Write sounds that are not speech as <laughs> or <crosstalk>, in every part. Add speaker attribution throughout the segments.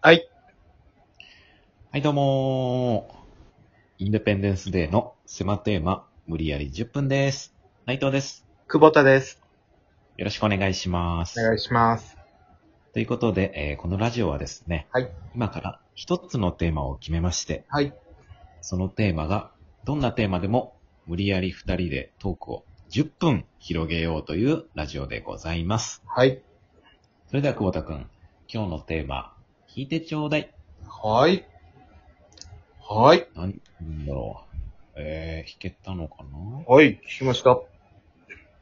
Speaker 1: はい。
Speaker 2: はい、どうもーインデペンデンスデーの狭テーマ、無理やり10分です。内藤です。
Speaker 1: 久保田です。
Speaker 2: よろしくお願いします。
Speaker 1: お願いします。
Speaker 2: ということで、えーこのラジオはですね、
Speaker 1: はい
Speaker 2: 今から一つのテーマを決めまして、
Speaker 1: はい。
Speaker 2: そのテーマが、どんなテーマでも無理やり二人でトークを10分広げようというラジオでございます。
Speaker 1: はい。
Speaker 2: それでは久保田くん、今日のテーマ、聞いてちょうだい。
Speaker 1: はい。はい。
Speaker 2: 何なんだろう。えー、弾けたのかな
Speaker 1: はい。聞きました。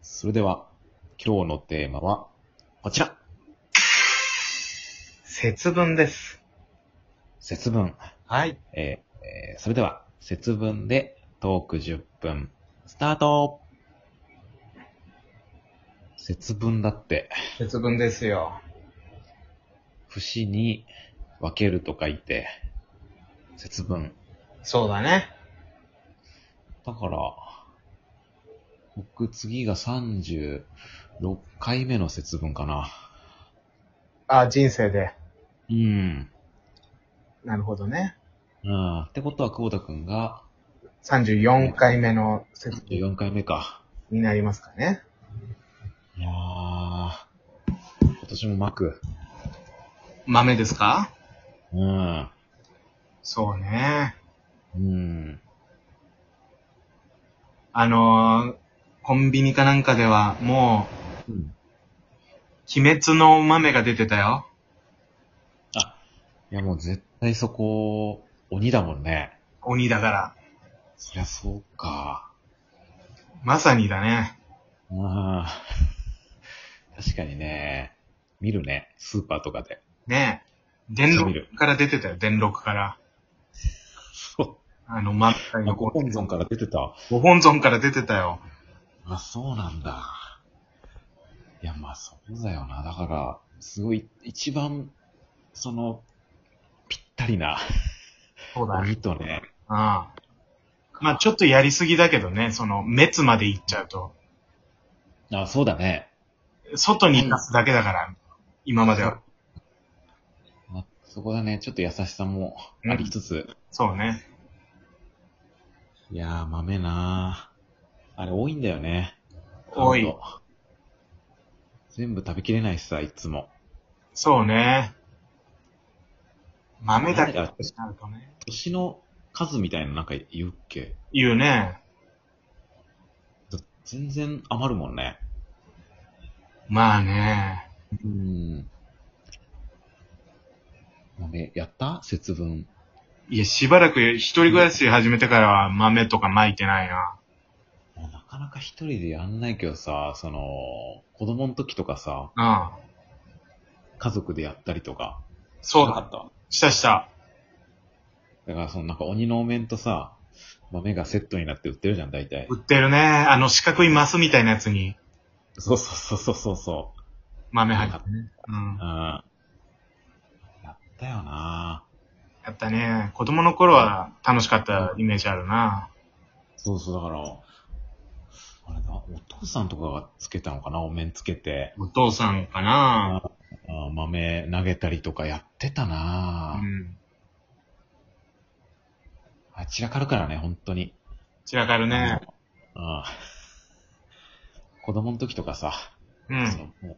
Speaker 2: それでは、今日のテーマは、こちら
Speaker 1: 節分です。
Speaker 2: 節分。
Speaker 1: はい。
Speaker 2: えーえーそれでは、節分でトーク10分、スタート節分だって、
Speaker 1: 節分ですよ。
Speaker 2: 節に分けると書いて、節分。
Speaker 1: そうだね。
Speaker 2: だから、僕次が36回目の節分かな。
Speaker 1: あ、人生で。
Speaker 2: うん。
Speaker 1: なるほどね。
Speaker 2: うん。ってことは、久保田くんが
Speaker 1: 34回目の節分
Speaker 2: 4回目か。
Speaker 1: になりますかね。
Speaker 2: いやー、今年も巻く。
Speaker 1: 豆ですか
Speaker 2: うん。
Speaker 1: そうね。
Speaker 2: うん。
Speaker 1: あのー、コンビニかなんかではも
Speaker 2: うん、
Speaker 1: う、鬼滅のお豆が出てたよ。
Speaker 2: いやもう絶対そこ、鬼だもんね。
Speaker 1: 鬼だから。
Speaker 2: そりゃそうか。
Speaker 1: まさにだね。
Speaker 2: うん。 <laughs> 確かにね、見るね、スーパーとかで。
Speaker 1: ねえ。電録から出てたよ、電録から。
Speaker 2: そ
Speaker 1: あの、ま、
Speaker 2: う。あ、ご本尊から出てた。
Speaker 1: ご本尊から出てたよ。
Speaker 2: あ、そうなんだ。いや、まあそうだよな。だから、すごい、一番、その、ぴったりな、
Speaker 1: そうだね。
Speaker 2: 鬼とね、
Speaker 1: ああまあちょっとやりすぎだけどね、その、滅まで行っちゃうと。
Speaker 2: あ、そうだね。
Speaker 1: 外に出すだけだから、今までは。
Speaker 2: まあ、そこだね、ちょっと優しさもありつつ。
Speaker 1: そうね。
Speaker 2: いやー、豆なー。あれ多いんだよね。
Speaker 1: 多い
Speaker 2: 買うと。全部食べきれないしさ、いつも。
Speaker 1: そうね。豆だけ
Speaker 2: 豆だ
Speaker 1: しなるとね。
Speaker 2: 年の数みたいななんか言うっけ
Speaker 1: 言うね。
Speaker 2: だ全然余るもんね。
Speaker 1: まあね。
Speaker 2: うん。豆、やった節分。
Speaker 1: いや、しばらく一人暮らし始めてからは豆とか巻いてないな。
Speaker 2: もうなかなか一人でやんないけどさ、その、子供の時とかさ、
Speaker 1: うん。
Speaker 2: 家族でやったりとか。
Speaker 1: そう
Speaker 2: なか
Speaker 1: だ。
Speaker 2: った
Speaker 1: したした。
Speaker 2: だから、そのなんか鬼のお面とさ、豆がセットになって売ってるじゃん、大体。
Speaker 1: 売ってるね。あの四角いマスみたいなやつに
Speaker 2: そうそうそうそうそう。
Speaker 1: 豆入
Speaker 2: なん
Speaker 1: って
Speaker 2: か
Speaker 1: うん
Speaker 2: う。ん。やったよな
Speaker 1: やったね。子供の頃は楽しかったイメージあるな。
Speaker 2: そうそう、だから、あれだ、お父さんとかがつけたのかな、お面つけて。
Speaker 1: お父さんかな
Speaker 2: あ豆投げたりとかやってた
Speaker 1: う
Speaker 2: なぁ、
Speaker 1: ん。
Speaker 2: あ散らかるからね、本当に。
Speaker 1: 散らかるね。
Speaker 2: うん。 <laughs> 子供の時とかさ、
Speaker 1: う
Speaker 2: そ
Speaker 1: ん。
Speaker 2: のもう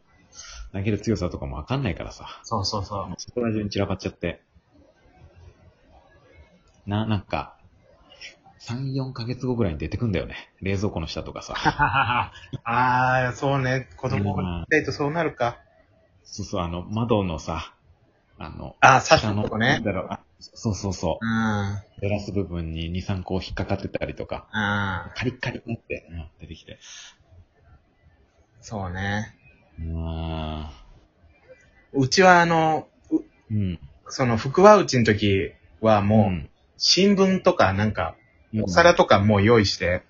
Speaker 2: 投げる強さとかもわかんないからさ。
Speaker 1: そうそうそう。
Speaker 2: そこら中に散らかっちゃって。な、なんか、3、4ヶ月後ぐらいに出てくんだよね。冷蔵庫の下とかさ。
Speaker 1: ああ、そうね。子供が小さいとそうなるか。
Speaker 2: そうそう、あの、窓のさ、あの、
Speaker 1: ああ、サ
Speaker 2: 下の、
Speaker 1: ね
Speaker 2: なん。だろう、あそうそうそ
Speaker 1: うん。うん。
Speaker 2: う、ガラス部分に2、3個引っかかってたりとか、カリッカリになって、うん、出てきて。
Speaker 1: そうね。
Speaker 2: うーん。
Speaker 1: うちはあの、う
Speaker 2: うん。
Speaker 1: その福和うちの時はもう、
Speaker 2: ん、
Speaker 1: 新聞とかなんか、お皿とかもう用意して、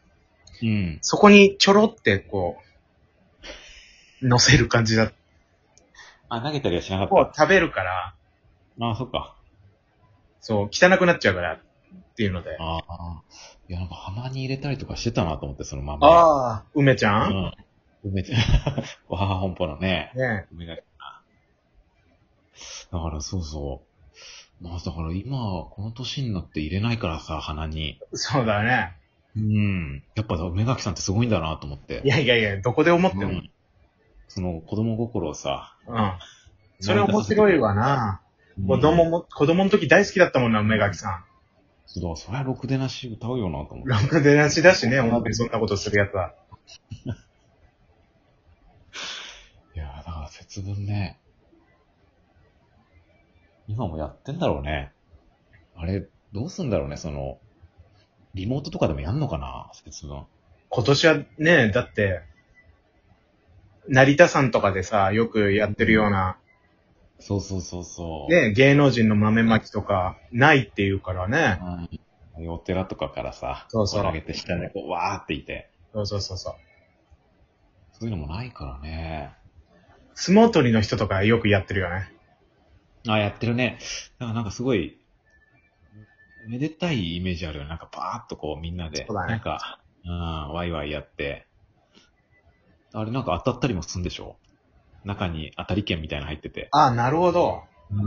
Speaker 2: うん。
Speaker 1: そこにちょろってこう、乗せる感じだった。
Speaker 2: あ、投げたりはしなかった。
Speaker 1: こう食べるから、
Speaker 2: ああ、そっか。
Speaker 1: そう、汚くなっちゃうからっていうので。
Speaker 2: ああ。いや、なんか浜に入れたりとかしてたなと思って、そのまま。
Speaker 1: ああ、梅ちゃん、
Speaker 2: うん。
Speaker 1: <laughs>
Speaker 2: めちゃ、わはは本舗のね、
Speaker 1: ねえ
Speaker 2: 梅が。だからそうそう。まあだから今、この年になって入れないからさ、鼻に。
Speaker 1: そうだね。
Speaker 2: うん。やっぱ、目垣さんってすごいんだなと思って。
Speaker 1: いやいやいや、どこで思って
Speaker 2: う
Speaker 1: も。うん。
Speaker 2: んその子供心をさ。
Speaker 1: それ面白いわな。
Speaker 2: うん。
Speaker 1: 子供も、子供の時大好きだったもんな、梅垣さ
Speaker 2: そうだ、そりゃろくでなし歌うよなと思
Speaker 1: ん。
Speaker 2: っ
Speaker 1: ロック出なしだしね、本当にそんなことするやつは。
Speaker 2: て。いやーだから節分ね。今もやってんだろうね。あれ、どうすんだろうね、その、リモートとかでもやんのかな、節分。
Speaker 1: 今年はね、だって、成田山とかでさ、よくやってるような、
Speaker 2: そうそうそうそう。
Speaker 1: ね、芸能人の豆まきとか、ないっていうからね。
Speaker 2: はい。お寺とかからさ、
Speaker 1: そうそう
Speaker 2: こ上げて下でこう、わーっていて。
Speaker 1: そうそうそうそう。
Speaker 2: そういうのもないからね。
Speaker 1: 相撲取りの人とかよくやってるよね。
Speaker 2: あ、やってるね。だからなんかすごい、めでたいイメージあるよね。なんかバーっとこうみんなで、
Speaker 1: そうだね
Speaker 2: なんか、うん、ワイワイやって。あれなんか当たったりもするんでしょ中に当たり券みたいなの入ってて。
Speaker 1: ああ、なるほど。
Speaker 2: うん。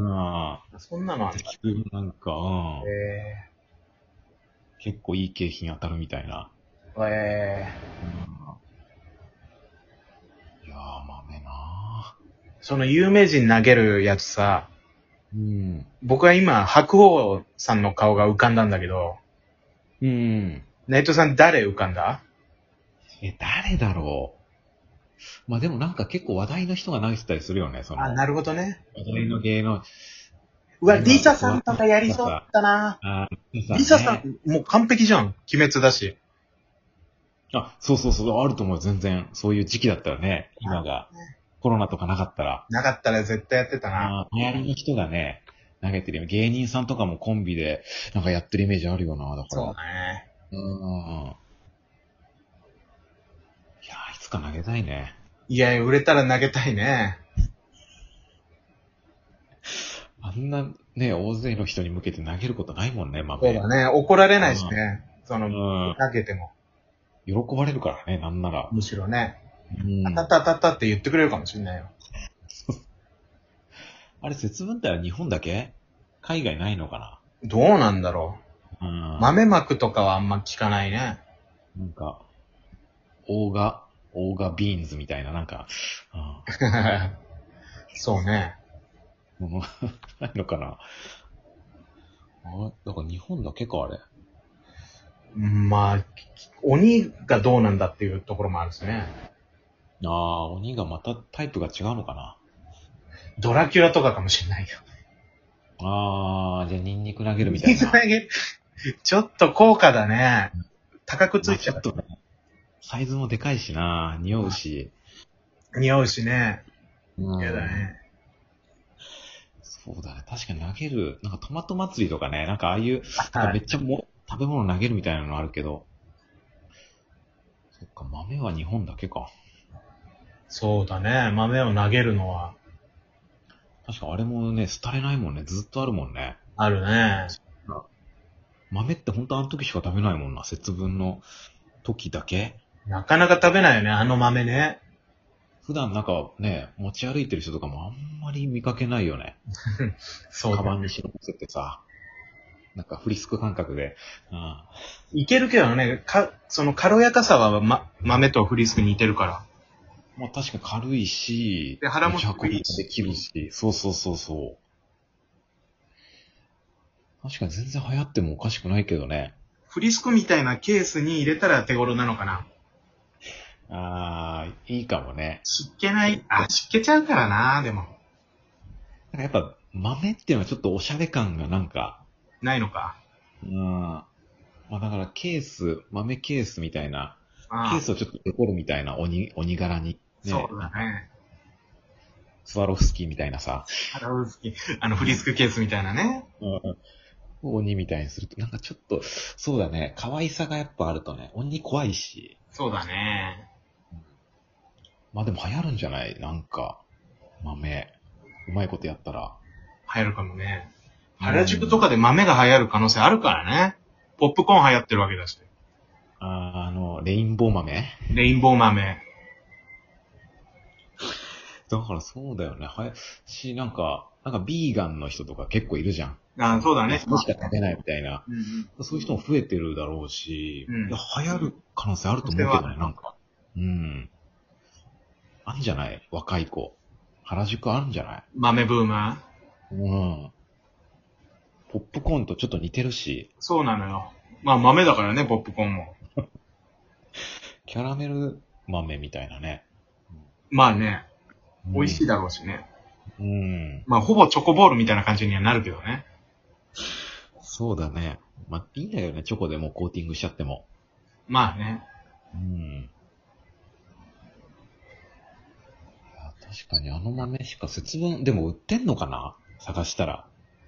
Speaker 1: そんなのあるんだ
Speaker 2: 適当になんか、うん。
Speaker 1: え
Speaker 2: 結構いい景品当たるみたいな。
Speaker 1: ー、え
Speaker 2: いやー、豆な
Speaker 1: ー、その有名人投げるやつさ、
Speaker 2: ー。うん。
Speaker 1: 僕は今、白鵬さんの顔が浮かんだんだけど、
Speaker 2: うん。
Speaker 1: 内藤さん誰浮かんだ
Speaker 2: え、誰だろうまあでもなんか結構話題の人が投げてたりするよね、その。
Speaker 1: あ、
Speaker 2: 話
Speaker 1: なるほどね。
Speaker 2: 題の芸能。
Speaker 1: うわ、リサさんとかやりそうだったな。
Speaker 2: あリサ
Speaker 1: リサさ
Speaker 2: ね
Speaker 1: ん、もう完璧じゃん。鬼滅だし。
Speaker 2: あ、そうそうそう、あると思う、全然。そういう時期だったらね、今が。コロナとかなかったら。
Speaker 1: なかったら絶対やってたな。
Speaker 2: ああ、流行りの人がね、投げてるよ。芸人さんとかもコンビで、なんかやってるイメージあるよな、だから。
Speaker 1: そうだね。
Speaker 2: うん。いやー、いつか投げたいね。
Speaker 1: いや、売れたら投げたいね。
Speaker 2: あんなね、大勢の人に向けて投げることないもんね、まあ、
Speaker 1: そうだね。怒られないしね。その、
Speaker 2: うん。
Speaker 1: 投げても。
Speaker 2: 喜ばれるからね、なんなら。
Speaker 1: むしろね。
Speaker 2: うん
Speaker 1: 当たった当たったって言ってくれるかもしれないよ。
Speaker 2: あれ、節分っては日本だけ海外ないのか
Speaker 1: どうなんだろ
Speaker 2: なうん
Speaker 1: う。。豆まくとかはあんま聞かないね。 <laughs>
Speaker 2: なんか、オーガ、オーガビーンズみたいな、なんか、あ
Speaker 1: そうね。
Speaker 2: ー <laughs> ものないのかなあだから日本だけか、あれ。
Speaker 1: うんまあ、鬼がどうなんだっていうところもあるしね。
Speaker 2: ああ、鬼がまたタイプが違うのかな
Speaker 1: ドラキュラとかかもしれないよ。
Speaker 2: ああ、じゃあニンニク投げる
Speaker 1: <laughs>
Speaker 2: みたいな。
Speaker 1: ちょっと高価だね。高くついちゃ
Speaker 2: まあちょっとね、サイズもでかいしな、匂うし。
Speaker 1: う。似合うしね。
Speaker 2: うん
Speaker 1: 嫌だ。ね。
Speaker 2: そうだね。確かに投げる、なんかトマト祭りとかね、なんかああいう、なんか
Speaker 1: は
Speaker 2: め
Speaker 1: い。
Speaker 2: っちゃも食べ物投げるみたいなのあるけど。そっか、豆は日本だけか。
Speaker 1: そうだね。豆を投げるのは、
Speaker 2: 確かあれもね、廃れないもんね。ずっとあるもんね。
Speaker 1: あるね。
Speaker 2: 豆ってほんとあの時しか食べないもんな。節分の時だけ。
Speaker 1: なかなか食べないよね、あの豆ね。
Speaker 2: 普段なんかね、持ち歩いてる人とかもあんまり見かけないよね。
Speaker 1: そう
Speaker 2: カ
Speaker 1: だ
Speaker 2: バン
Speaker 1: ね
Speaker 2: に。忍ばせてさ。なんかフリスク感覚で。うん。
Speaker 1: いけるけどね、か、その軽やかさは、ま、豆とフリスク似てるから。
Speaker 2: まあ確かに軽いし、
Speaker 1: で腹も
Speaker 2: 持ち
Speaker 1: 低
Speaker 2: 運び
Speaker 1: い
Speaker 2: も
Speaker 1: し
Speaker 2: できるし、そうそうそうそう。確かに全然流行ってもおかしくないけどね。
Speaker 1: フリスクみたいなケースに入れたら手頃なのかな。
Speaker 2: ああ、いいかもね。
Speaker 1: 湿気ない、あ、湿気ちゃうからな、でも。
Speaker 2: なんかやっぱ豆っていうのはちょっとおしゃれ感がなんか、
Speaker 1: ないのか。
Speaker 2: うん。まあだからケース、豆ケースみたいな、ケ
Speaker 1: あ
Speaker 2: ースをちょっとデコるみたいな鬼、鬼柄に。ね、
Speaker 1: そうだね。
Speaker 2: スワロフスキーみたいなさ、
Speaker 1: 払う好き。あの、フリスクケースみたいなね。
Speaker 2: 鬼みたいにすると、なんかちょっと、そうだね、可愛さがやっぱあるとね、鬼怖いし。
Speaker 1: そうだね。
Speaker 2: まあでも流行るんじゃないなんか、豆。うまいことやったら。
Speaker 1: 流行るかもね。原宿とかで豆が流行る可能性あるからね。ポップコーン流行ってるわけだし。
Speaker 2: あーあの、レインボー豆
Speaker 1: レインボー豆。
Speaker 2: だからそうだよね。はや、し、なんか、なんかビーガンの人とか結構いるじゃん。
Speaker 1: あそうだね。
Speaker 2: もしか食べないみたいな。
Speaker 1: うんうん。
Speaker 2: そういう人も増えてるだろうし、
Speaker 1: うん
Speaker 2: いや流行る可能性あると思うけ
Speaker 1: そ
Speaker 2: ど
Speaker 1: れ
Speaker 2: ね、なんか。うん。あんじゃない若い子。原宿あるんじゃない
Speaker 1: 豆ブーム
Speaker 2: うん。ポップコーンとちょっと似てるし、
Speaker 1: そうなのよ。まあ豆だからね、ポップコーンも。
Speaker 2: キャラメル豆みたいなね。
Speaker 1: まあね、美味しい
Speaker 2: だ。
Speaker 1: だろうしね。
Speaker 2: うん。
Speaker 1: まあほぼチョコボールみたいな感じにはなるけどね。
Speaker 2: そうだね。まあ、いいんだよね、チョコでもうコーティングしちゃっても。
Speaker 1: まあね。
Speaker 2: うん。いや確かにあの豆しか節分、でも売ってんのかな探したら。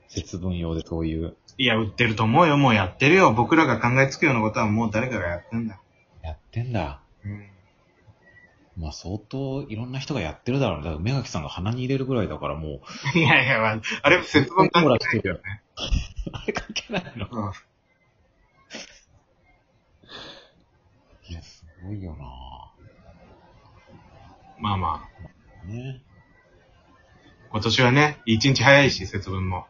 Speaker 2: 節分用でそういう。
Speaker 1: いや、売ってると思うよ。もうやってるよ。僕らが考えつくようなことはもう誰かがやってんだ。
Speaker 2: やってんだ。
Speaker 1: うん。 <laughs>
Speaker 2: まあ相当いろんな人がやってるだろうね。だから梅垣さんが鼻に入れるぐらいだからもう、 <laughs>
Speaker 1: いやいや、まあ、あれ、節分関係ないけどね。
Speaker 2: あれ関係ないの
Speaker 1: うん。
Speaker 2: いや、すごいよな
Speaker 1: まあまあ、
Speaker 2: ね。
Speaker 1: 今年はね、一日早いし、節分も。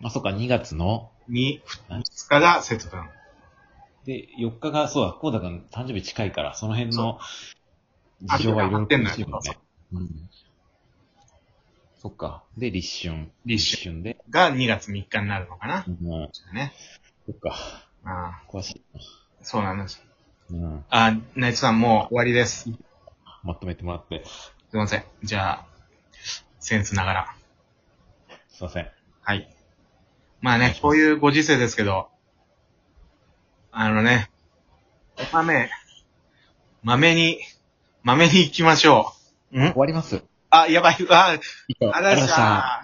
Speaker 2: まあそっか、2月の。
Speaker 1: に、二日が節分。
Speaker 2: で、4日が、そうだ、こうだくん誕生日近いから、その辺の
Speaker 1: う
Speaker 2: 事情はいろいろ厳しいもん
Speaker 1: あ
Speaker 2: ね。うん。そっか。で、立春。
Speaker 1: 立
Speaker 2: 春。で、
Speaker 1: が2月3日になるのかな。
Speaker 2: も
Speaker 1: ね。
Speaker 2: う、そっか。
Speaker 1: ああ、
Speaker 2: 詳しい。
Speaker 1: そうなんです。
Speaker 2: うん。
Speaker 1: あ、ナイツさんもう終わりです。すい
Speaker 2: まとめてもらって。
Speaker 1: ません。じゃあ、センスながら。
Speaker 2: すいません。
Speaker 1: はい。まあね、こういうご時世ですけど、あのね、お豆、豆に、豆に行きましょう。ん
Speaker 2: 終わります。
Speaker 1: あ、やばい、あ、あらし
Speaker 2: ありがとうございました
Speaker 1: た。